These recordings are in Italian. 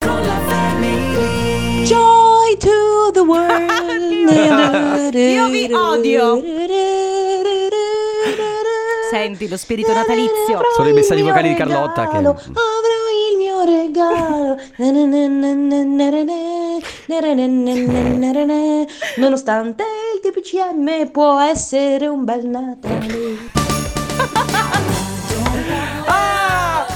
Io vi odio. Senti lo spirito natalizio. Sono i messaggi vocali di Carlotta che- Avrò il mio regalo. Na na na na na na na na, na na na na na na. Nonostante il TPCM può essere un bel Natale. Ah,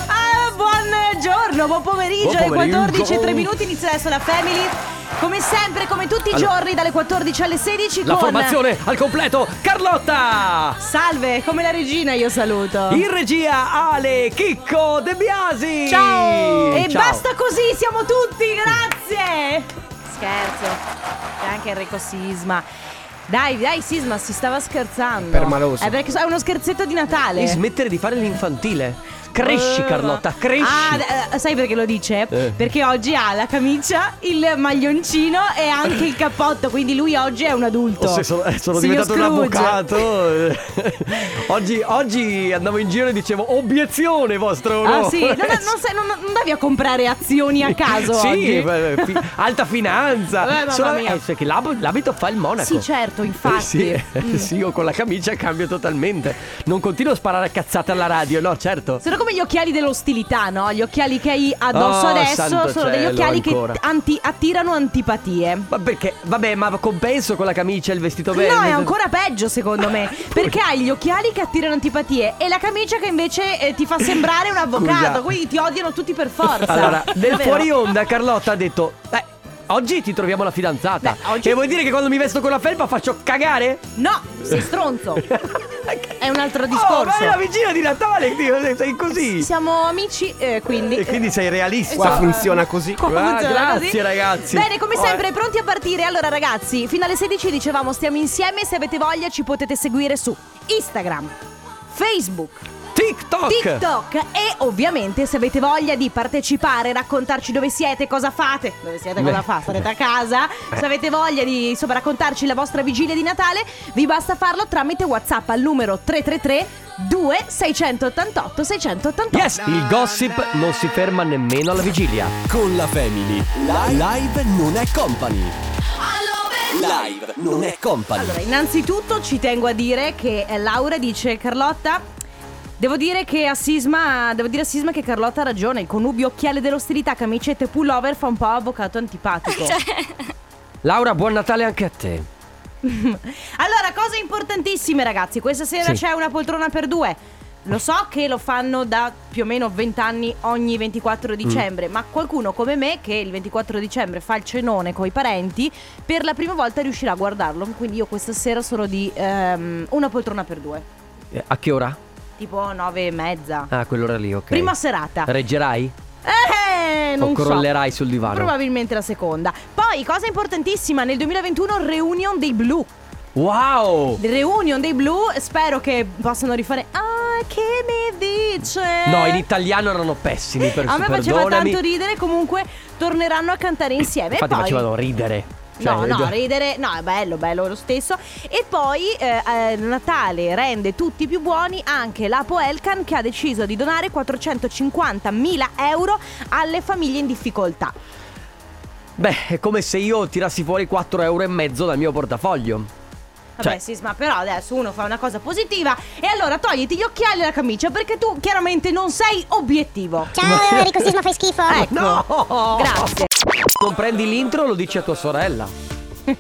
buongiorno, buon pomeriggio. Buon Alle pomeriggio. 14 e 3 minuti inizia adesso la Family. Come sempre, come tutti i Allora- giorni, dalle 14 alle 16 La con... formazione al completo, Carlotta! Salve, come la regina io saluto. In regia Ale Chicco De Biasi! E Ciao. basta così, siamo tutti, grazie! Scherzo, c'è anche Enrico Sisma. Dai, dai, Sisma, si stava scherzando. Per maloso. È perché è uno scherzetto di Natale. Devi smettere di fare l'infantile. Cresci, Eh, Carlotta, ma- cresci! Ah, d- eh, sai perché lo dice? Eh. Perché oggi ha la camicia, il maglioncino e anche il cappotto. Quindi lui oggi è un adulto. Oh, se sono, eh, sono Signor diventato un Scrooge. avvocato. eh. oggi, oggi andavo in giro e dicevo obiezione vostro onore. Ah, sì. No, no, non, sai- non- non andavi a comprare azioni a caso sì, oggi. eh, fi- alta finanza. Eh, mamma mia. eh, cioè che l'ab- l'abito fa il monaco. Sì, certo, infatti. Eh, Sì, eh, sì, io con la camicia cambio totalmente. Non continuo a sparare a cazzate alla radio, no, certo. Sono come gli occhiali dell'ostilità, no? Gli occhiali che hai addosso Oh, adesso santo sono degli cielo, occhiali ancora. che anti- attirano antipatie. Ma perché? Vabbè, ma compenso con la camicia e il vestito verde. No, è ancora peggio secondo me. perché hai gli occhiali che attirano antipatie e la camicia che invece eh, ti fa sembrare un avvocato. Scusa. Quindi ti odiano tutti per forza. Allora, nel Davvero. fuori onda Carlotta ha detto "Beh, oggi ti troviamo la fidanzata. Beh, oggi- E vuol dire che quando mi vesto con la felpa faccio cagare? No, sei stronzo. è un altro Oh, ma è la discorso. vicina di Natale, Dio, sei così. Siamo amici, eh, quindi. E quindi sei realista. Qua funziona così. Esatto. Qua Ah, funziona grazie, così. ragazzi. Bene, come Oh, sempre, eh. pronti a partire. Allora, ragazzi, fino alle 16 dicevamo stiamo insieme. Se avete voglia, ci potete seguire su Instagram, Facebook, TikTok. TikTok e ovviamente se avete voglia di partecipare, raccontarci dove siete, cosa fate, dove siete, cosa Beh. Eh. fa, sarete a casa, se avete voglia di insomma raccontarci la vostra vigilia di Natale, vi basta farlo tramite WhatsApp al numero 333 2688 688. Yes, il gossip non si ferma nemmeno alla vigilia. Con la Family. Live, non è company. Live non è company. Allora, innanzitutto ci tengo a dire che eh, Laura dice Carlotta Devo dire che a Sisma, devo dire a Sisma che Carlotta ha ragione, il connubio occhiale dell'ostilità, camicette e pullover fa un po' avvocato antipatico. Laura, buon Natale anche a te. Allora, cose importantissime, ragazzi. Questa sera Sì. c'è una poltrona per due. Lo so che lo fanno da più o meno 20 anni ogni Mm. 24 dicembre, ma qualcuno come me che il 24 dicembre fa il cenone coi parenti, per la prima volta riuscirà a guardarlo. Quindi io questa sera sono di ehm, una poltrona per due, Eh, A che ora? tipo 9 e mezza. Ah, quell'ora lì, ok. Prima serata. Reggerai? Eh, non o so. crollerai sul divano? Probabilmente la seconda. Poi, cosa importantissima, nel 2021 reunion dei blu. Wow! Reunion dei blu, spero che possano rifare. Ah, che mi dice? No, in italiano erano pessimi, per Eh? A me faceva perdonami. tanto ridere, comunque torneranno a cantare insieme. Infatti e poi... facevano ridere. Cioè, no, no, già- ridere, no, è bello, bello lo stesso. E poi eh, eh, Natale rende tutti più buoni anche l'Apo Elkan che ha deciso di donare 450.000 euro alle famiglie in difficoltà. Beh, è come se io tirassi fuori 4 euro e mezzo dal mio portafoglio. Vabbè, Cioè- sì, ma però adesso uno fa una cosa positiva e allora togliti gli occhiali e la camicia perché tu chiaramente non sei obiettivo. Ciao Enrico Sisma fai schifo Ecco. No! Grazie. Non prendi l'intro, lo dici a tua sorella.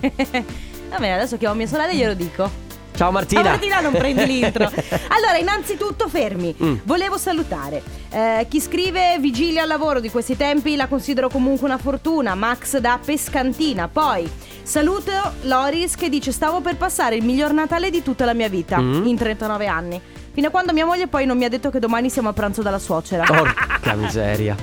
Va bene, adesso chiamo mia sorella e glielo dico. Ciao A Martina. Martina non prendi l'intro. Allora, innanzitutto fermi. Mm. Volevo salutare eh, chi scrive vigilia al lavoro di questi tempi la considero comunque una fortuna. Max da Pescantina. Poi saluto Loris che dice stavo per passare il miglior Natale di tutta la mia vita Mm. in 39 anni. Fino a quando mia moglie poi non mi ha detto che domani siamo a pranzo dalla suocera. Porca miseria.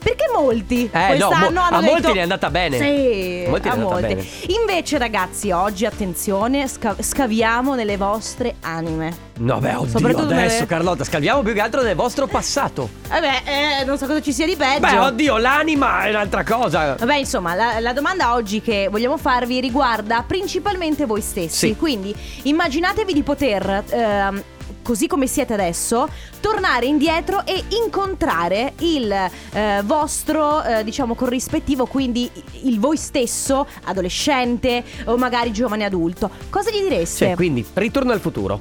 Perché molti Eh, no, quest'anno mo- hanno a detto... molti gli è andata bene. Sì, A molti gli a è andata molti. bene. Invece ragazzi, oggi attenzione, sca- scaviamo nelle vostre anime. No, beh, oddio, Soprattutto adesso nelle- Carlotta, scaldiamo più che altro del vostro passato. Vabbè, eh, non so cosa ci sia di peggio. Beh, oddio, l'anima è un'altra cosa. Vabbè, insomma, la, la domanda oggi che vogliamo farvi riguarda principalmente voi stessi. Sì. Quindi immaginatevi di poter ehm, così come siete adesso, tornare indietro e incontrare il eh, vostro, eh, diciamo, corrispettivo, quindi il voi stesso, adolescente o magari giovane adulto. Cosa gli direste? Cioè, quindi ritorno al futuro.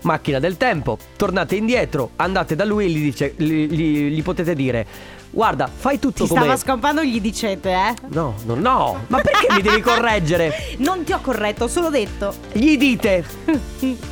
Macchina del tempo, tornate indietro, andate da lui e gli, dice- gli- gli- gli potete dire: Guarda, fai tutto Ti come. stava scampando, gli dicete, eh? no, no, no, ma perché mi devi correggere? Non ti ho corretto, ho solo detto. Gli dite,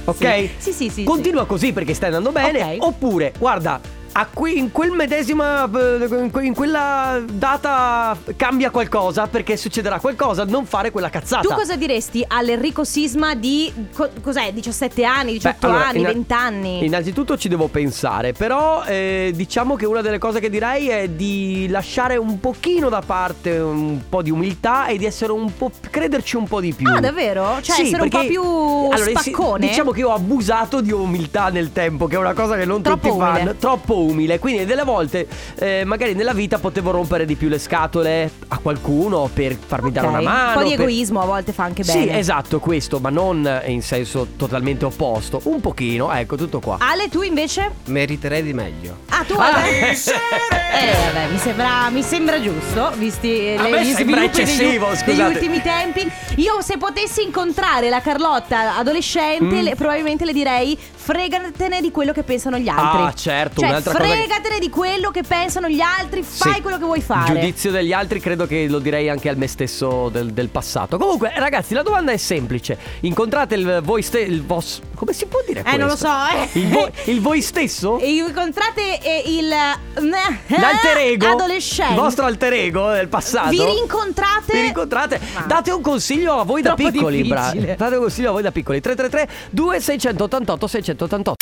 ok? Sì, sì, sì. Continua così perché stai andando bene. Ok. Oppure, guarda, a qui, in quel medesima. eh, In que- in quella data cambia qualcosa perché succederà qualcosa. Non fare quella cazzata. Tu cosa diresti all'Enrico Sisma di co- cos'è? 17 anni, 18 Beh, allora, anni, inna- 20 anni? Innanzitutto ci devo pensare, però eh, diciamo che una delle cose che direi è di lasciare un pochino da parte un po' di umiltà e di essere un po' crederci un po' di più. Ah, davvero? Cioè, Sì, essere un po' perché- più allora, sì, spaccone? diciamo che ho abusato di umiltà nel tempo, che è una cosa che non Troppo tutti umile. fanno, troppo umile, quindi delle volte eh, magari nella vita potevo rompere di più le scatole a qualcuno per farmi dare Ok. una mano. Un po' di per- egoismo a volte fa anche bene. sì, esatto, questo, ma non in senso totalmente opposto. Un pochino, ecco, tutto qua. Ale, tu invece? Meriterei di meglio. Ah, tu Ah. Ale? Eh, vabbè, mi sembra, mi sembra giusto, visti eh, A le- me gli sembra sviluppi degli- eccessivo, degli, scusate. ultimi tempi. Io se potessi incontrare la Carlotta Mm. adolescente, le- probabilmente le direi fregatene di quello che pensano gli altri. Ah, certo, cioè, un'altra cosa che- fregatene di quello che pensano gli altri, fai Sì. quello che vuoi fare. Giudizio degli altri credo che lo direi anche al me stesso del, del passato. Comunque, ragazzi, la domanda è semplice. Incontrate il voi stesso. Il vos. Come si può dire Eh, non lo questo? so, eh. Il, voi- il voi stesso? E incontrate eh, il eh, L'alter ego? adolescente. Il vostro alter ego del passato? Vi rincontrate? Vi rincontrate? Ma- Date un consiglio a voi da Troppo piccoli, difficile. Date un consiglio a voi da piccoli. 333 2688 688.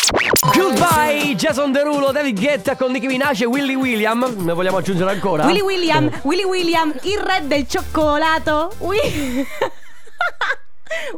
Goodbye Jason Derulo, David Guetta con Nicki Minaj e Willy William. Ne vogliamo aggiungere ancora? Willy William, Willy William, il re del cioccolato. Wi-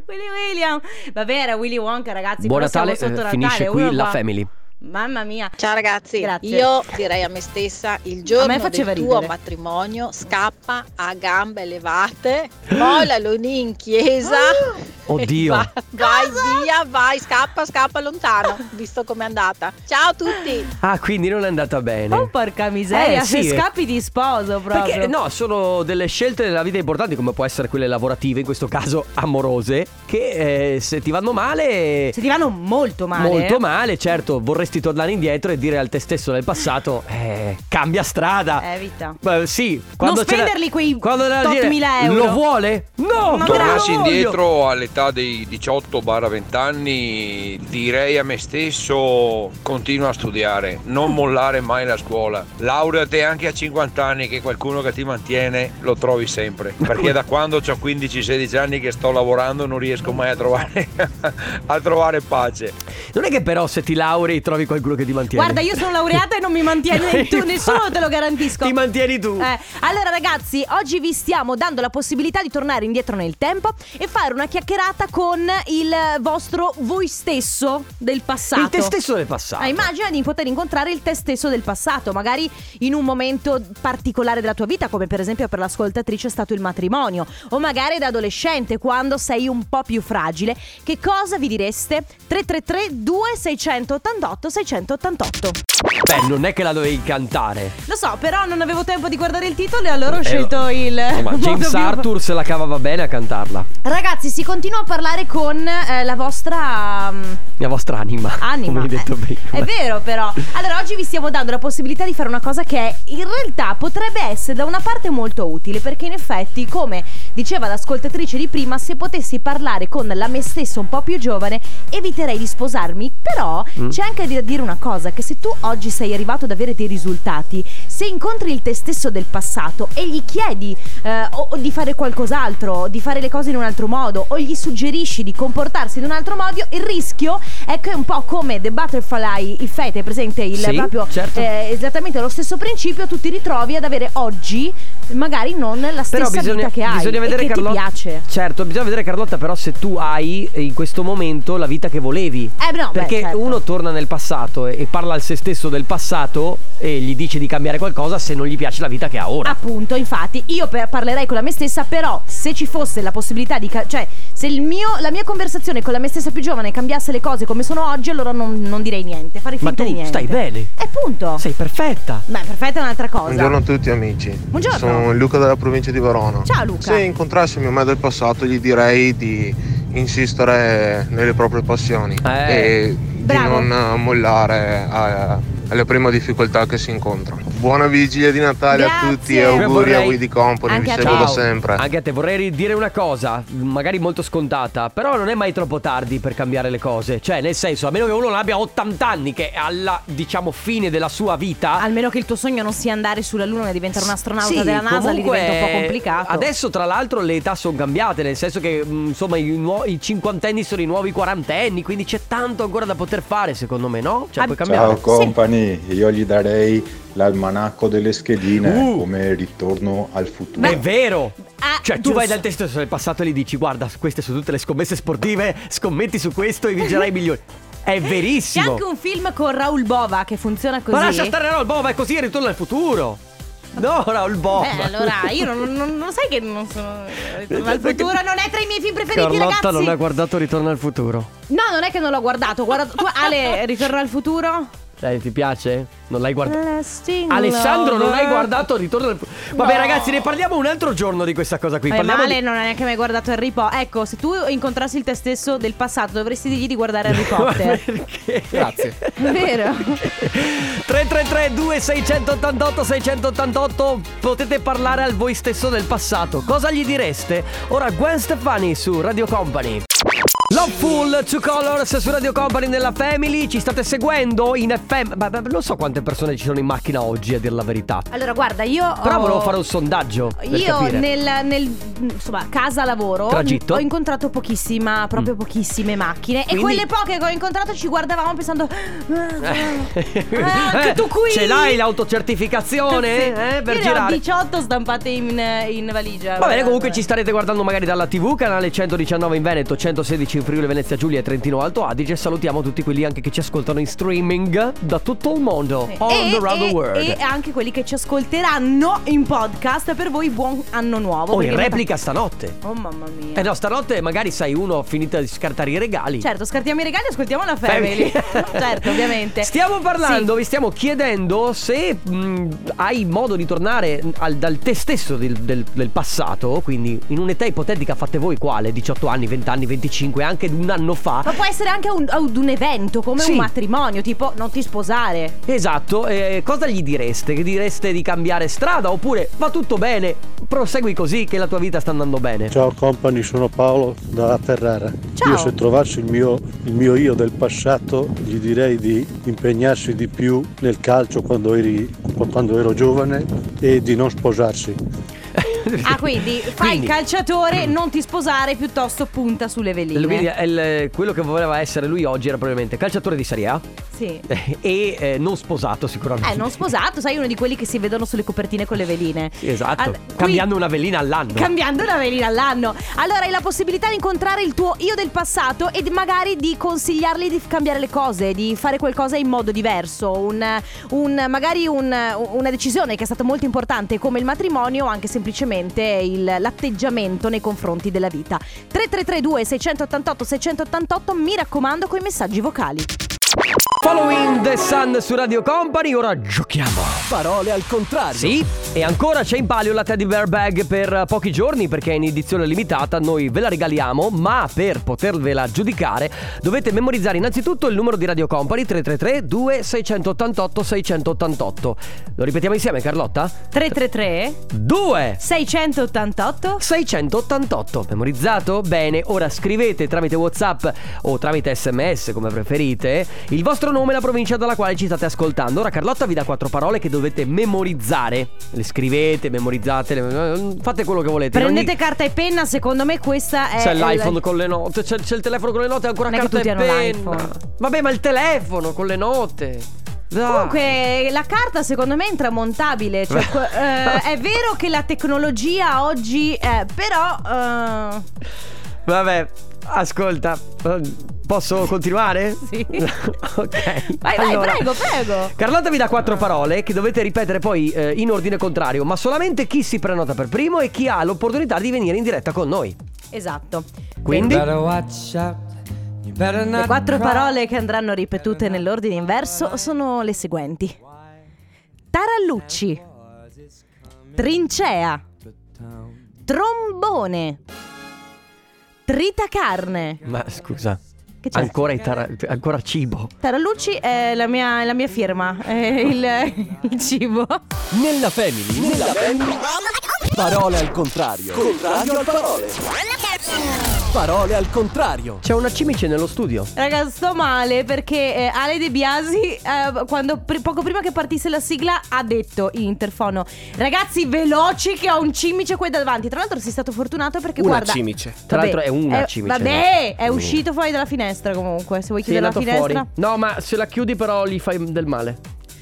Willy William. Vabbè, era Willy Wonka, ragazzi. Buon però siamo Natale, eh, sotto finisce Natale, qui uno la qua. family. Mamma mia. Ciao ragazzi, Grazie. io direi a me stessa il A giorno me del faceva tuo ridere. matrimonio scappa a gambe levate, molla Loni in chiesa. Ah! Eh, Esatto. Oddio. Va- vai via, vai, scappa, scappa lontano, visto com'è andata. Ciao a tutti. Ah, quindi non è andata bene. Oh, porca miseria, Eh, se sì. scappi di sposo proprio. Perché no, sono delle scelte della vita importanti, come può essere quelle lavorative, in questo caso amorose, che eh, se ti vanno male, Se ti vanno molto male. molto male, certo, vorresti tornare indietro e dire al te stesso del passato, eh, cambia strada. Eh, vita. Beh, sì, quando c'era- spenderli quei quando era tot dire, mila euro. Lo vuole? No, Non non lo Tornassi voglio. indietro all'età dei 18-20 anni, direi a me stesso: continua a studiare, non mollare mai la scuola. Laureate anche a 50 anni, che qualcuno che ti mantiene lo trovi sempre. Perché da quando ho 15-16 anni che sto lavorando, non riesco mai a trovare, a trovare pace. Non è che però se ti laurei trovi qualcuno che ti mantiene. Guarda, io sono laureata e non mi mantiene tu, Infatti, nessuno te lo garantisco. Ti mantieni tu. Eh, allora ragazzi, oggi vi stiamo dando la possibilità di tornare indietro nel tempo e fare una chiacchierata con il vostro voi stesso del passato. Il te stesso del passato. Ah, immagina di poter incontrare il te stesso del passato, magari in un momento particolare della tua vita, come per esempio per l'ascoltatrice è stato il matrimonio, o magari da adolescente, quando sei un po' più fragile. Che cosa vi direste? 333 2688 688 Beh, non è che la dovevi cantare. Lo so, però non avevo tempo di guardare il titolo e allora ho scelto il. Eh, oh, Ma modo James più- Arthur se la cavava bene a cantarla. Ragazzi, si continua a parlare con eh, la vostra. mm, La vostra anima. Anima. Come hai detto Eh, prima. È vero però. Allora, oggi vi stiamo dando la possibilità di fare una cosa che in realtà potrebbe essere da una parte molto utile, perché in effetti, come diceva l'ascoltatrice di prima, se potessi parlare con la me stessa un po' più giovane, eviterei di sposarmi. Però c'è anche da dire una cosa, che se tu oggi sei arrivato ad avere dei risultati, se incontri il te stesso del passato e gli chiedi eh, o, o di fare qualcos'altro, di fare le cose in un altro modo, o gli suggerisci di comportarsi in un altro modo, il rischio è che è un po' come The Butterfly Effect, è presente il Sì, proprio certo. eh, esattamente lo stesso principio, tu ti ritrovi ad avere oggi magari non la stessa Però bisogna, vita che hai bisogna e vedere che Carlotta. ti piace. Certo, bisogna vedere Carlotta, però, se tu hai eh, in questo momento la vita che volevi. Eh no, beh, Perché certo. uno torna nel passato e, e parla al se stesso del passato e gli dice di cambiare qualcosa se non gli piace la vita che ha ora. Appunto, infatti, io per- parlerei con la me stessa, però se ci fosse la possibilità di... ca- cioè, se il mio- la mia conversazione con la me stessa più giovane cambiasse le cose come sono oggi, allora non, non direi niente, farei Ma finta di tu niente. stai bene. E punto. Sei perfetta. Beh, perfetta è un'altra cosa. Buongiorno a tutti amici. Buongiorno. Sono Luca della provincia di Verona. Ciao, Luca. Se incontrassi mio me del passato gli direi di insistere nelle proprie passioni Eh. e Bravo. di non mollare a- alle prime difficoltà che si incontrano. Buona vigilia di Natale Grazie. a tutti e auguri Vorrei- a We di Company, vi Anche a seguo te. da sempre. Anche a te vorrei dire una cosa, magari molto scontata, però non è mai troppo tardi per cambiare le cose. Cioè, nel senso, a meno che uno non abbia 80 anni, che è alla, diciamo, fine della sua vita. Almeno che il tuo sogno non sia andare sulla Luna e diventare un astronauta Sì, della NASA, lì comunque, diventa un po' complicato. Adesso, tra l'altro, le età sono cambiate, nel senso che mh, insomma i, nuo- i cinquantenni sono i nuovi quarantenni, quindi c'è tanto ancora da poter fare, secondo me, no? Cioè, Ah, puoi Ciao cambiare. company, io gli darei l'almanacco delle schedine Uh. come ritorno al futuro. È vero! Ah, cioè, tu giusto. vai dal testo del passato e gli dici: Guarda, queste sono tutte le scommesse sportive, scommetti su questo e vincerai milioni. Eh, È C'è verissimo! anche un film con Raul Bova che funziona così. Ma lascia stare Raul Bova, è così e ritorna al futuro. No, Raul Bova. Beh, Eh, allora, io non, non- non sai che non sono. Ritorno al Perché- futuro non è tra i miei film preferiti, Carlotta ragazzi. non ha guardato Ritorno al futuro. No, non è che non l'ho guardato. ho guardato- Tu, Ale, ritorno al futuro? Dai, ti piace? Non l'hai guardato. Lasting Alessandro, non Lover. hai guardato Ritorno al futuro. Vabbè, Mm, No. ragazzi, ne parliamo un altro giorno di questa cosa qui. Beh, Eh, ma parliamo Ale di- non ha neanche mai guardato Harry Potter. Ecco, se tu incontrassi il te stesso del passato, dovresti dirgli di guardare Harry Potter. Perché? Grazie. Vero? 333 2688 688 Potete parlare al voi stesso del passato Cosa gli direste? Ora Gwen Stefani su Radio Company Loveful, Two Colors su Radio Company nella Family Ci state seguendo in FM ma- ma- Non so quante persone ci sono in macchina oggi a dir la verità Allora, guarda, io. Però ho- volevo fare un sondaggio per Oh. Io capire. nel, nel, insomma, casa lavoro Tragitto. Mm. ho incontrato pochissima, proprio pochissime macchine. Quindi- E quelle poche che ho incontrato ci guardavamo pensando. "Ah, ah, anche Eh, tu qui. Ce l'hai l'autocertificazione? Sì. cioè. Eh, per Io ne ho girare 18 stampate in, in valigia. Va bene, comunque ci starete guardando magari dalla TV, canale 119 in Veneto, 116 in Friuli, Venezia Giulia e Trentino Alto Adige. Salutiamo tutti quelli anche che ci ascoltano in streaming da tutto il mondo, all e, around e- the world. e anche quelli che ci ascolteranno in podcast per voi buon anno nuovo. oh, in perché- replica stanotte. Oh mamma mia. Eh no, stanotte magari sai uno ha finito di scartare i regali. Certo, scartiamo i regali e ascoltiamo la family. certo, ovviamente. Stiamo parlando, Sì. vi stiamo chiedendo se mh, hai modo di tornare al- dal te stesso del, del- del passato, quindi in un'età ipotetica fate voi quale, 18 anni, 20 anni, 25, anche un anno fa. Ma può essere anche un- ad un evento, come Sì. un matrimonio, tipo non ti sposare. Esatto, eh, cosa gli direste? Che direste di cambiare strada oppure va tutto bene, prosegui così che la tua vita sta andando bene? Ciao company, sono Paolo da Ferrara. Ciao. Io se trovassi il mio, il mio io del passato gli direi di impegnarsi di più nel calcio quando, eri- quando ero giovane e di non sposarsi. Ah, quindi fai Quindi- il calciatore, non ti sposare, piuttosto punta sulle veline. Quindi eh, il- quello che voleva essere lui oggi era probabilmente calciatore di Serie A Sì. eh, e eh, non sposato sicuramente. Eh, non sposato, sai, uno di quelli che si vedono sulle copertine con le veline. Sì, Esatto, Al- qui- cambiando una velina all'anno. Cambiando una velina all'anno. Allora hai la possibilità di incontrare il tuo io del passato e di- magari di consigliargli di cambiare le cose, di fare qualcosa in modo diverso. Un, un- magari un- una decisione che è stata molto importante come il matrimonio o anche semplicemente il- l'atteggiamento nei confronti della vita. 3332 688 688 mi raccomando con i messaggi vocali. Following the Sun su Radio Company, ora giochiamo. Parole al contrario. Sì, e ancora c'è in palio la Teddy Bear Bag per eh, pochi giorni perché è in edizione limitata, noi ve la regaliamo, ma per potervela giudicare dovete memorizzare innanzitutto il numero di Radio Company 333 2688 688. Lo ripetiamo insieme Carlotta? 333 2 688 688 Memorizzato? Bene, ora scrivete tramite Whatsapp o tramite SMS come preferite il vostro nome e la provincia dalla quale ci state ascoltando. Ora Carlotta vi dà quattro parole che dovete memorizzare. Le scrivete, memorizzate, le- fate quello che volete. Prendete Ogni- carta e penna, secondo me questa è C'è l'iPhone il- con le note, c'è, c'è il telefono con le note, ancora Non è che carta tutti e hanno penna. l'iPhone. Vabbè, ma il telefono con le note. Dai. Comunque, la carta secondo me è intramontabile. Cioè, que- eh, è vero che la tecnologia oggi è, però. eh, Vabbè, ascolta, posso continuare? Sì. ok. Vai, vai, prego, prego. Ah. Carlotta vi dà quattro parole che dovete ripetere poi eh, in ordine contrario, ma solamente chi si prenota per primo e chi ha l'opportunità di venire in diretta con noi. esatto. Quindi, Le quattro parole che andranno ripetute nell'ordine inverso sono le seguenti: Tarallucci, Trincea, Trombone, Tritacarne. ma scusa, Che c'è? ancora, i tara- ancora cibo. Tarallucci è la mia, è la mia firma, è il, il cibo. Nella family. Nella family. Parole al contrario. Contrario al parole. Parole al contrario. C'è una cimice nello studio. Raga, sto male perché eh, Ale De Biasi, eh, quando, pri- poco prima che partisse la sigla, ha detto in interfono: Ragazzi, veloci, che ho un cimice qui davanti. Tra l'altro, sei stato fortunato perché Una guarda. cimice. Tra l'altro è una cimice, Eh, Vabbè, no? è Mm. uscito fuori dalla finestra comunque. Se vuoi Sì, è chiudere la andato fuori. finestra. No, ma se la chiudi però gli fai del male.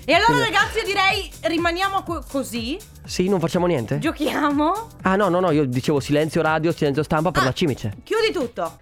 E allora, ragazzi, io direi: rimaniamo co- così, Sì, non facciamo niente? giochiamo. ah, no, no, no, io dicevo silenzio radio, silenzio stampa per Ah. la cimice. Chiudi tutto.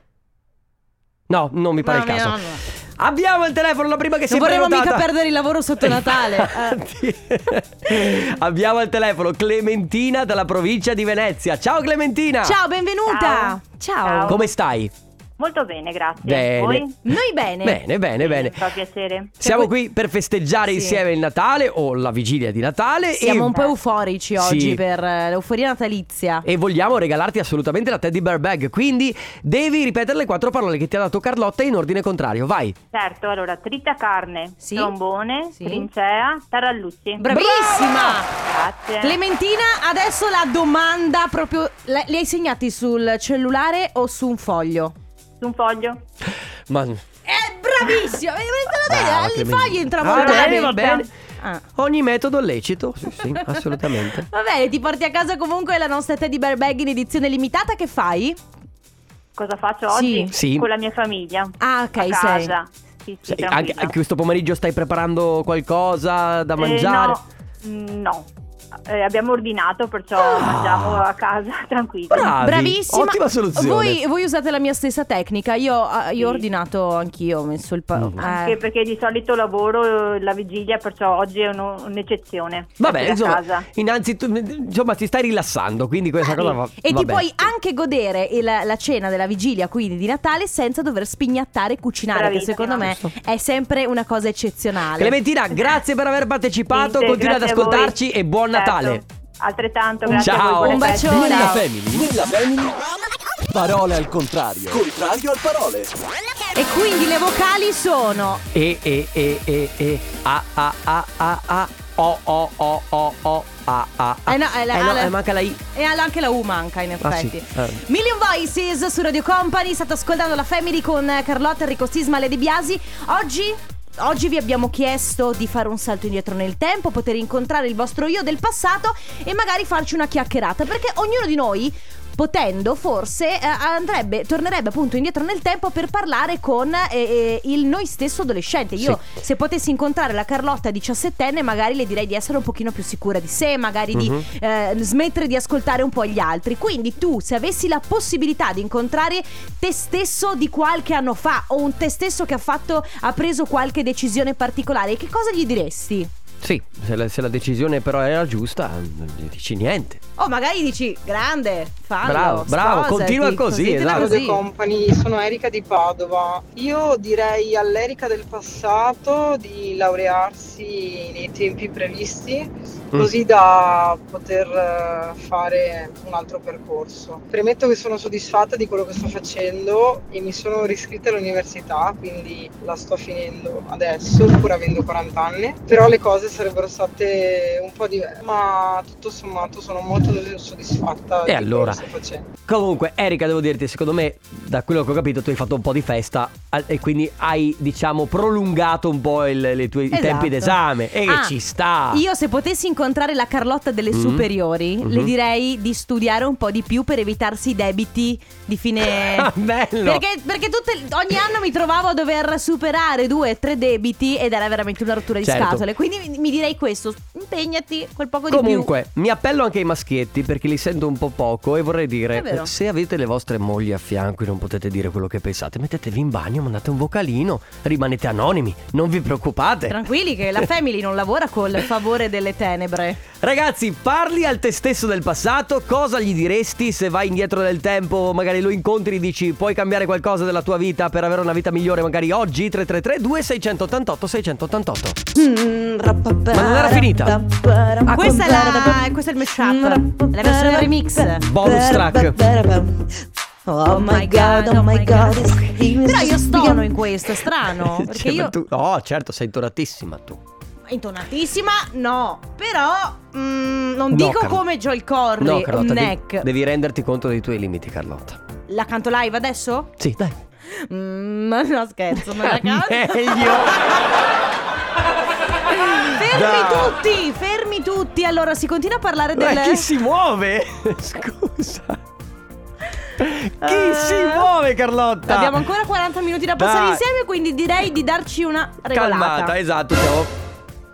No, non Eh. mi pare il Mamma mia, caso. mamma. Abbiamo il telefono, la prima che si Non è vorremmo mica prenotata. perdere il lavoro sotto Natale. Eh. Infatti. Abbiamo al telefono Clementina dalla provincia di Venezia. Ciao Clementina! Ciao, benvenuta. Ciao. Come stai? Molto bene, grazie. Bene. Voi? Noi bene. Bene, bene, bene. Mi fa piacere. Siamo qui per festeggiare Sì. insieme il Natale o la vigilia di Natale. Eh, Siamo e... un po' euforici Sì. oggi per eh, l'euforia natalizia. E vogliamo regalarti assolutamente la teddy bear bag. Quindi devi ripetere le quattro parole che ti ha dato Carlotta in ordine contrario. Vai. Certo, allora, trita carne, Sì. trombone, Sì. trincea, tarallucci. Bravissima! Grazie. Clementina, adesso la domanda proprio... le- Li hai segnati sul cellulare o su un foglio? Su un foglio. Ma. Eh, bravissima! Eh, te la Brava, vedo, Il Clementina. foglio entra Va molto bene, Ah, bene. va bene. Ah. Ogni metodo è lecito. Sì, sì, assolutamente. Va bene, ti porti a casa comunque la nostra teddy bear bag in edizione limitata. Che fai? Cosa faccio Sì. oggi? Sì. Con la mia famiglia. Ah, ok, A sei. casa. Sì, sì, Sì, tranquilla. anche, anche questo pomeriggio stai preparando qualcosa da Eh, mangiare? no, mm, no. Eh, abbiamo ordinato, perciò mangiamo Ah. a casa tranquilli. Ah, Bravi, Bravissima. Ottima soluzione. Voi, voi usate la mia stessa tecnica. Io, ah, io ho Sì. ordinato anch'io, ho messo il... Pa- Mm. eh. Anche perché di solito lavoro eh, la vigilia, perciò oggi è uno- un'eccezione. Vabbè, Essere a insomma, casa. innanzitutto, insomma, ti stai rilassando, quindi questa cosa va, E va ti bene. puoi anche godere il- la cena della vigilia, quindi di Natale, senza dover spignattare e cucinare, che Bravissima. secondo me è sempre una cosa eccezionale. Clementina, grazie per aver partecipato, Niente, continua ad grazie a voi. ascoltarci e buon Certo. Natale. Altrettanto, grazie Ciao. a voi. buone Un feste. bacione. Ciao. Nella family. Nella family. Parole al contrario. Contrario al parole. E quindi le vocali sono E e e e e a a a a a o o o o o a a. a. Eh no, è la- eh no, la- eh, manca la i. E anche la U manca in Ah, sì. effetti Eh. Million Voices su Radio Company State ascoltando la Family con Carlotta, Enrico Sisma, Lady Biasi Oggi... Oggi vi abbiamo chiesto di fare un salto indietro nel tempo, poter incontrare il vostro io del passato e magari farci una chiacchierata, perché ognuno di noi, potendo forse, eh, andrebbe, tornerebbe appunto indietro nel tempo per parlare con eh, eh, il noi stesso adolescente. Io, se potessi incontrare la Carlotta 17enne, magari le direi di essere un pochino più sicura di sé, magari di Mhm. eh, smettere di ascoltare un po' gli altri. Quindi tu, se avessi la possibilità di incontrare te stesso di qualche anno fa o un te stesso che ha fatto ha preso qualche decisione particolare, che cosa gli diresti? Sì, se la, se la decisione però era giusta, non gli dici niente. Oh, magari dici grande, fallo, Bravo, bravo, sposati, continua così, cositela esatto. così. Company, sono Erika di Padova. Io direi all'Erika del passato di laurearsi nei tempi previsti, Mm. così da poter eh, fare un altro percorso. Premetto che sono soddisfatta di quello che sto facendo e mi sono riscritta all'università, quindi la sto finendo adesso, pur avendo 40 anni, però le cose sarebbero state un po' diverse, ma tutto sommato sono molto soddisfatta. E allora, sto facendo. Comunque, Erika, devo dirti, secondo me, da quello che ho capito, tu hai fatto un po' di festa al- e quindi hai, diciamo, prolungato un po' il- le tue- i Esatto. tempi d'esame. E Ah, ci sta. Io se potessi incontrare la Carlotta delle Mm. superiori, le Mhm. direi di studiare un po' di più per evitarsi i debiti di fine... Ah, Bello. Perché, perché tutte- ogni anno mi trovavo a dover superare due o tre debiti ed era veramente una rottura di Certo. scatole. Quindi mi, mi direi questo, impegnati quel poco di Comunque, mi appello anche ai maschietti perché li sento un po' poco e vorrei È dire, vero. eh, se avete le vostre mogli a fianco e non potete dire quello che pensate, mettetevi in bagno, mandate un vocalino, rimanete anonimi, non vi preoccupate. più. Tranquilli che la family non lavora col favore delle tenebre. Ragazzi, parli al te stesso del passato, cosa gli diresti se vai indietro nel tempo, magari lo incontri e dici puoi cambiare qualcosa della tua vita per avere una vita migliore magari oggi? 333 2688 688 Mm, Ma non era finita. Ah, questa è la, questo è il Mm, mashup, la versione remix. Bonus track. Oh my god, oh my god. Però io stono in questo, è strano. Ah, Perché Cioè, ma io tu- No, certo, sei intonatissima tu. intonatissima, no. Però mm, non No, dico Carlo- come Joel Corry, No, Carlotta, devi- neck. Devi, renderti conto dei tuoi limiti, Carlotta. La canto live adesso? Sì, dai. Mm, no, scherzo, non la canto. Meglio. fermi Dai. tutti, fermi tutti. Allora, si continua a parlare Ma del. chi si muove? Scusa. Chi Eh. si muove, Carlotta? Abbiamo ancora 40 minuti da passare Dai. insieme, quindi direi di darci una regolata. Calmata, esatto. siamo-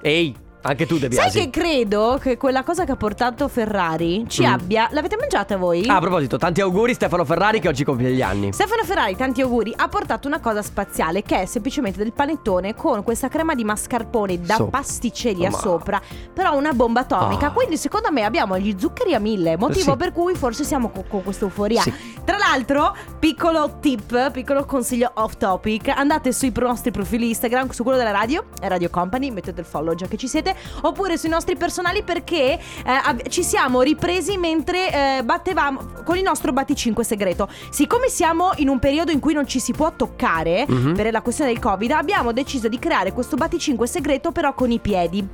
Ehi, anche tu devi Sai che credo che quella cosa che ha portato Ferrari ci Mm. abbia. L'avete mangiata voi? Ah, a proposito, tanti auguri Stefano Ferrari che oggi compie gli anni. Stefano Ferrari, tanti auguri, ha portato una cosa spaziale che è semplicemente del panettone con questa crema di mascarpone da Sopra. pasticceria Ma- sopra, però una bomba atomica. Ah. Eh, Quindi secondo me abbiamo gli zuccheri a mille, motivo Sì. per cui forse siamo co- con, questa euforia. Sì. Tra l'altro, piccolo tip, piccolo consiglio off topic, andate sui pro- nostri profili Instagram, su quello della radio, Radio Company, mettete il follow già che ci siete, oppure sui nostri personali perché eh, ab- ci siamo ripresi mentre eh, battevamo con il nostro batticinque segreto. Siccome siamo in un periodo in cui non ci si può toccare Mhm. per la questione del Covid, abbiamo deciso di creare questo batticinque segreto però con i piedi.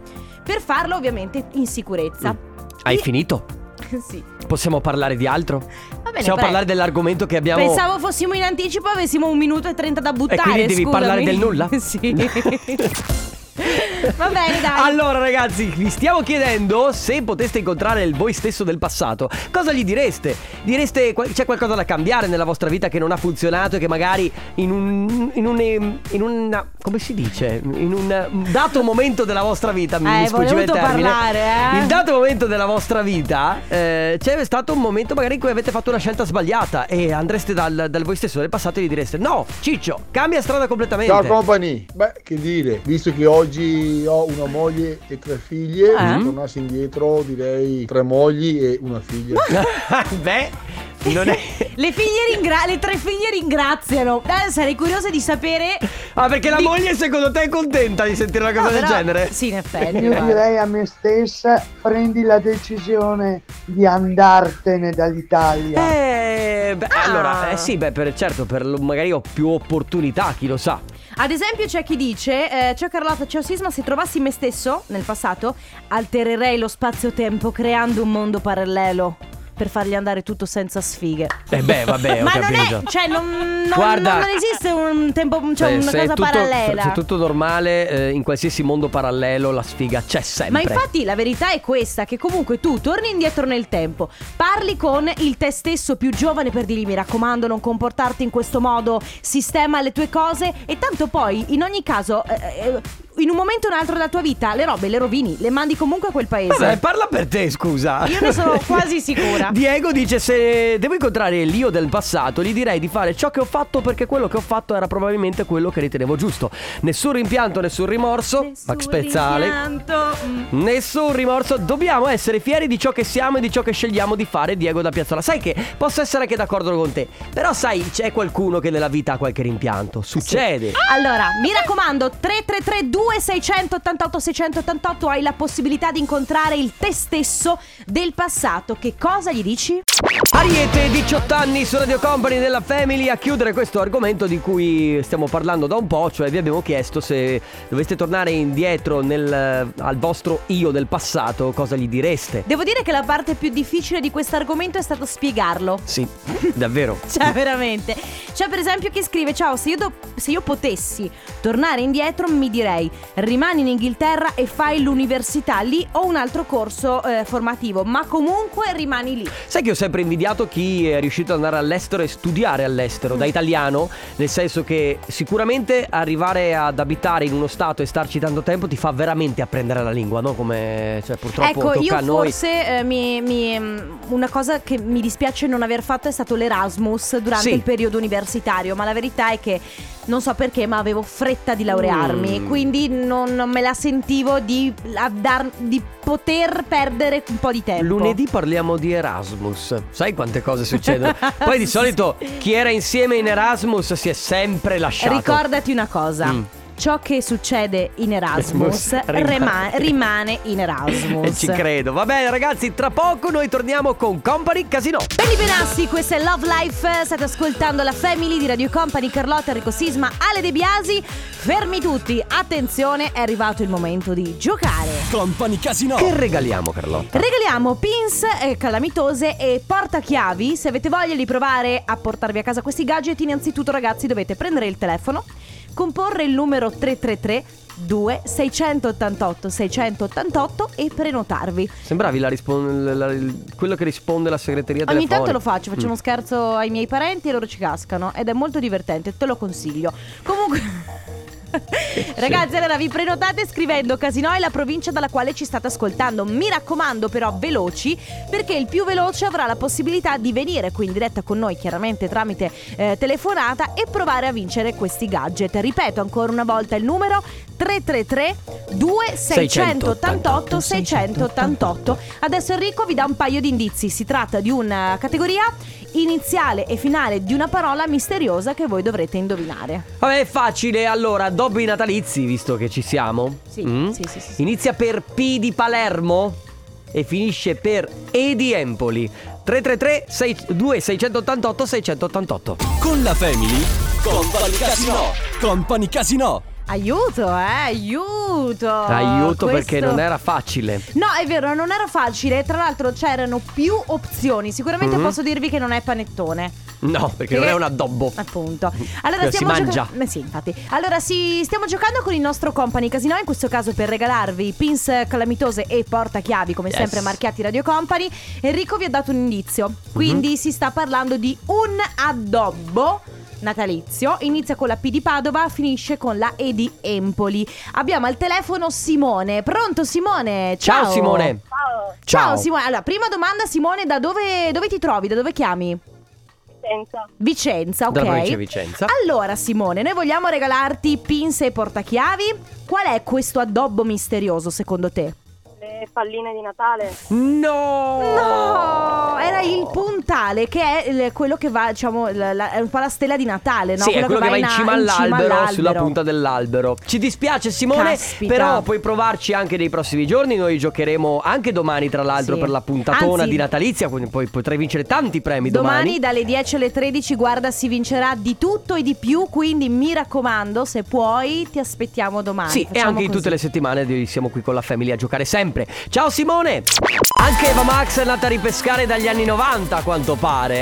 Per farlo ovviamente in sicurezza. Hai finito? sì. Possiamo parlare di altro? Va bene. Mm. Possiamo pre- parlare dell'argomento che abbiamo. Pensavo fossimo in anticipo, avessimo un minuto e trenta da buttare. e quindi devi scusami. parlare del nulla? Va bene, dai. Allora ragazzi, vi stiamo chiedendo se poteste incontrare il voi stesso del passato, cosa gli direste? Direste qual- c'è qualcosa da cambiare nella vostra vita che non ha funzionato e che magari in un... in un... in una- come si dice? In un dato momento della vostra vita, mi, Eh, mi sfuggiva il volevo termine. parlare, eh. In dato momento della vostra vita eh, c'è stato un momento magari in cui avete fatto una scelta sbagliata e andreste dal, dal voi stesso del passato e gli direste no, Ciccio, cambia strada completamente. Ciao company, beh che dire, visto che oggi ho una moglie e tre figlie, Eh? se tornassi indietro direi tre mogli e una figlia. Beh, non è... Le, figlie ringra- le tre figlie ringraziano. Eh, sarei curiosa di sapere. Ah, perché la Di- moglie secondo te è contenta di sentire una cosa No, del però- genere? Sì, in effetti. Io guarda. direi a me stessa, prendi la decisione di andartene dall'Italia. Eh, beh, allora, eh sì, beh, per- certo, per, lo- magari ho più opportunità, chi lo sa. Ad esempio, c'è chi dice: eh, Ciao Carlotta, ciao Sisma. Se trovassi me stesso nel passato, altererei lo spazio-tempo creando un mondo parallelo per fargli andare tutto senza sfighe. Eh beh, vabbè, ho Ma non capito. è, cioè, non, non- Guarda. non esiste un tempo, cioè Eh, una se è cosa tutto- parallela. Se è tutto normale, eh, in qualsiasi mondo parallelo la sfiga c'è Eh, Ma sempre. infatti la verità è questa, che comunque tu torni indietro nel tempo, parli con il te stesso più giovane per dirgli mi raccomando non comportarti in questo modo, sistema le tue cose e tanto poi in ogni caso eh, eh, in un momento o un altro della tua vita le robe le rovini, le mandi comunque a quel paese. Vabbè, parla per te, scusa. Io ne sono quasi sicura. Diego dice: Se devo incontrare l'io del passato, gli direi di fare ciò che ho fatto perché quello che ho fatto era probabilmente quello che ritenevo giusto. Nessun rimpianto, nessun rimorso. Max Spezzale. Rimpianto, mm. Nessun rimorso, dobbiamo essere fieri di ciò che siamo e di ciò che scegliamo di fare, Diego da Piazzola. Sai che posso essere anche d'accordo con te, però sai, c'è qualcuno che nella vita ha qualche rimpianto. Succede. Allora, mi raccomando, 333 2688 688 hai la possibilità di incontrare il te stesso del passato. Che cosa gli dici? Ariete, 18 anni su Radio Company della Family a chiudere questo argomento di cui stiamo parlando da un po', cioè vi abbiamo chiesto se doveste tornare indietro nel- al vostro io del passato, cosa gli direste? Devo dire che la parte più difficile di questo argomento è stato spiegarlo. Sì, davvero. Cioè, veramente. C'è per esempio chi scrive: Ciao, se io, do- se io potessi tornare indietro, mi direi: rimani in Inghilterra e fai l'università lì o un altro corso eh, formativo, ma comunque rimani lì. Sai che ho sempre invidiato chi è riuscito ad andare all'estero e studiare all'estero, Mm. da italiano, nel senso che sicuramente arrivare ad abitare in uno stato e starci tanto tempo ti fa veramente apprendere la lingua, no? Come cioè, purtroppo ecco, tocca io a noi. forse eh, mi- mi, mm, una cosa che mi dispiace non aver fatto è stato l'Erasmus durante Sì. il periodo universitario, ma la verità è che non so perché, ma avevo fretta di laurearmi, Mm. quindi non, non me la sentivo di, a dar- di poter perdere un po' di tempo. Lunedì parliamo di Erasmus. Sai quante cose succedono? Poi di solito chi era insieme in Erasmus si è sempre lasciato. Ricordati una cosa. Mm. Ciò che succede in Erasmus Erasmus rimane- rema- rimane in E Erasmus. ci credo. Va bene, ragazzi, tra poco noi torniamo con Company Casino. Benny Benassi, questo è Love Life, state ascoltando la Family di Radio Company, Carlotta, Enrico Sisma, Ale De Biasi. Fermi tutti, attenzione, è arrivato il momento di giocare. Company Casino. Che regaliamo, Carlotta? Regaliamo pins eh, calamitose e portachiavi. Se avete voglia di provare a portarvi a casa questi gadget, innanzitutto ragazzi dovete prendere il telefono, comporre il numero 333 2688 688 e prenotarvi. Sembravi la rispon- la- la- quello che risponde la segreteria Ogni telefonica. tanto lo faccio, faccio Mm. uno scherzo ai miei parenti e loro ci cascano ed è molto divertente, te lo consiglio. Comunque Ragazzi, allora vi prenotate scrivendo Casino e la provincia dalla quale ci state ascoltando. Mi raccomando, però, veloci, perché il più veloce avrà la possibilità di venire qui in diretta con noi, chiaramente tramite eh, telefonata, e provare a vincere questi gadget. Ripeto ancora una volta il numero 333-2688-688. Adesso Enrico vi dà un paio di indizi. Si tratta di una categoria iniziale e finale di una parola misteriosa che voi dovrete indovinare. Vabbè, è facile. Allora, dopo i natalizi, visto che ci siamo. mm? Sì, sì, sì, sì, Inizia per P di Palermo e finisce per E di Empoli. 333 688 688. Con la Family. Company Casino. Company Casino. Aiuto, eh, aiuto. Aiuto perché Ah, Questo- non era facile. No, è vero, non era facile. Tra l'altro c'erano più opzioni. Sicuramente Mhm. posso dirvi che non è panettone. No, perché, non Perché- è un addobbo. Appunto. Lo Allora si stiamo gioca- mangia. Eh sì, infatti. Allora sì, stiamo giocando con il nostro company Casino. In questo caso per regalarvi pins calamitose e portachiavi, come Yes. sempre marchiati Radio Company. Enrico vi ha dato un indizio. Quindi Mhm. si sta parlando di un addobbo. Natalizio, inizia con la P di Padova, finisce con la E di Empoli. Abbiamo al telefono Simone. Pronto Simone? Ciao, Simone. Ciao, Ciao. Ciao. Simone, allora prima domanda Simone, da dove, dove ti trovi? Da dove chiami? Senza. Vicenza, ok. Ah. Da Provincia Vicenza. Allora Simone, noi vogliamo regalarti pinze e portachiavi. Qual è questo addobbo misterioso secondo te? Le palline di Natale. No! No, era il puntale che è il- quello che va, diciamo, la- la- è un po' la stella di Natale, no? Sì, è quello che va in a- cima, in cima all'albero, sulla all'albero. punta dell'albero. Ci dispiace Simone, Caspita. però puoi provarci anche nei prossimi giorni. Noi giocheremo anche domani, tra l'altro, Sì. per la puntatona Anzi- di Natalizia, quindi poi potrai vincere tanti premi Domani dalle 10 alle 13, guarda, si vincerà di tutto e di più, quindi mi raccomando, se puoi, ti aspettiamo domani. Sì, e Facciamo anche in così. tutte le settimane di- siamo qui con la family a giocare sempre. Ciao Simone! Anche Eva Max è andata a ripescare dagli anni 90 a quanto pare,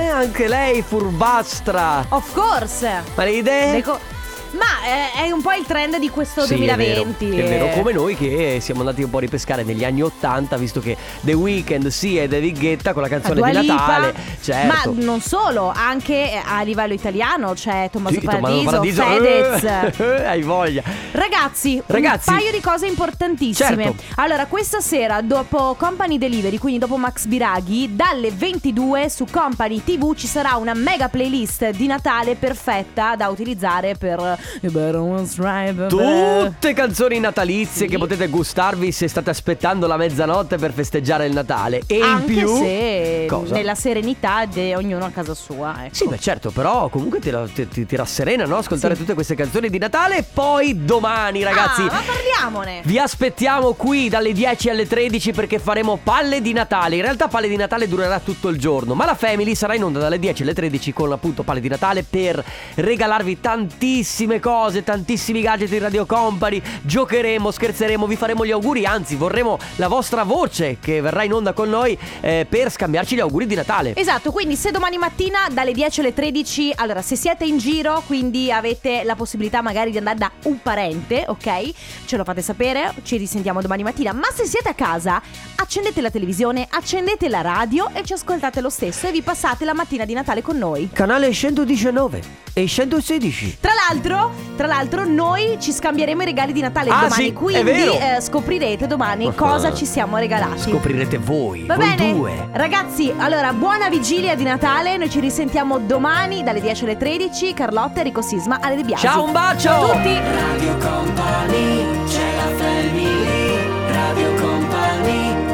eh? Anche lei furbastra. Of course! Ma le idee? Le co- Ma eh, è un po' il trend di questo Eh. Sì, è vero, 2020. È vero, eh. come noi che siamo andati un po' a ripescare negli anni 80, visto che The Weeknd sì è David Guetta con la canzone Dua di Lipa, Natale. Certo. Ma non solo, anche eh, a livello italiano c'è Tommaso Sì, Tommaso Paradiso, Paradiso, Fedez. eh, hai voglia. Ragazzi, Ragazzi. un paio di cose importantissime. Certo. Allora, questa sera dopo Company Delivery, quindi dopo Max Biraghi, dalle 22 su Company TV ci sarà una mega playlist di Natale perfetta da utilizzare per eh, You better one stripe. Tutte canzoni natalizie che potete gustarvi se state aspettando la mezzanotte per festeggiare il Natale. E in Anche più. se Cosa? nella serenità di ognuno a casa sua. Ecco. Sì, beh, certo, però comunque ti, ti- ti- ti rasserena, no? Ascoltare tutte queste canzoni di Natale. E poi domani, ragazzi. Ah, ma parliamone. Vi aspettiamo qui dalle 10 alle 13 perché faremo palle di Natale. In realtà palle di Natale durerà tutto il giorno, ma la Family sarà in onda dalle 10 alle 13 con appunto palle di Natale per regalarvi tantissime cose, tantissimi gadget di Radio Company. Giocheremo, scherzeremo, vi faremo gli auguri, anzi vorremmo la vostra voce che verrà in onda con noi eh, per scambiarci gli auguri di Natale. Esatto, quindi se domani mattina dalle 10 alle 13, allora se siete in giro, quindi avete la possibilità magari di andare da un parente, ok? Ce lo fate sapere, ci risentiamo domani mattina, ma se siete a casa, accendete la televisione, accendete la radio e ci ascoltate lo stesso e vi passate la mattina di Natale con noi. Canale 119 e 116. Tra l'altro, tra l'altro noi ci scambieremo i regali di Natale Ah, domani, sì, è quindi vero. eh, scoprirete domani cosa ci siamo regalati. Scoprirete voi, Ah, Va voi bene, due. ragazzi, allora buona vigilia di Natale, noi ci risentiamo domani dalle 10 alle 13, Carlotta, Enrico Sisma, Ale De Biasi. Ciao, un bacio! Ciao a tutti! Radio Company, c'è la family, Radio Company,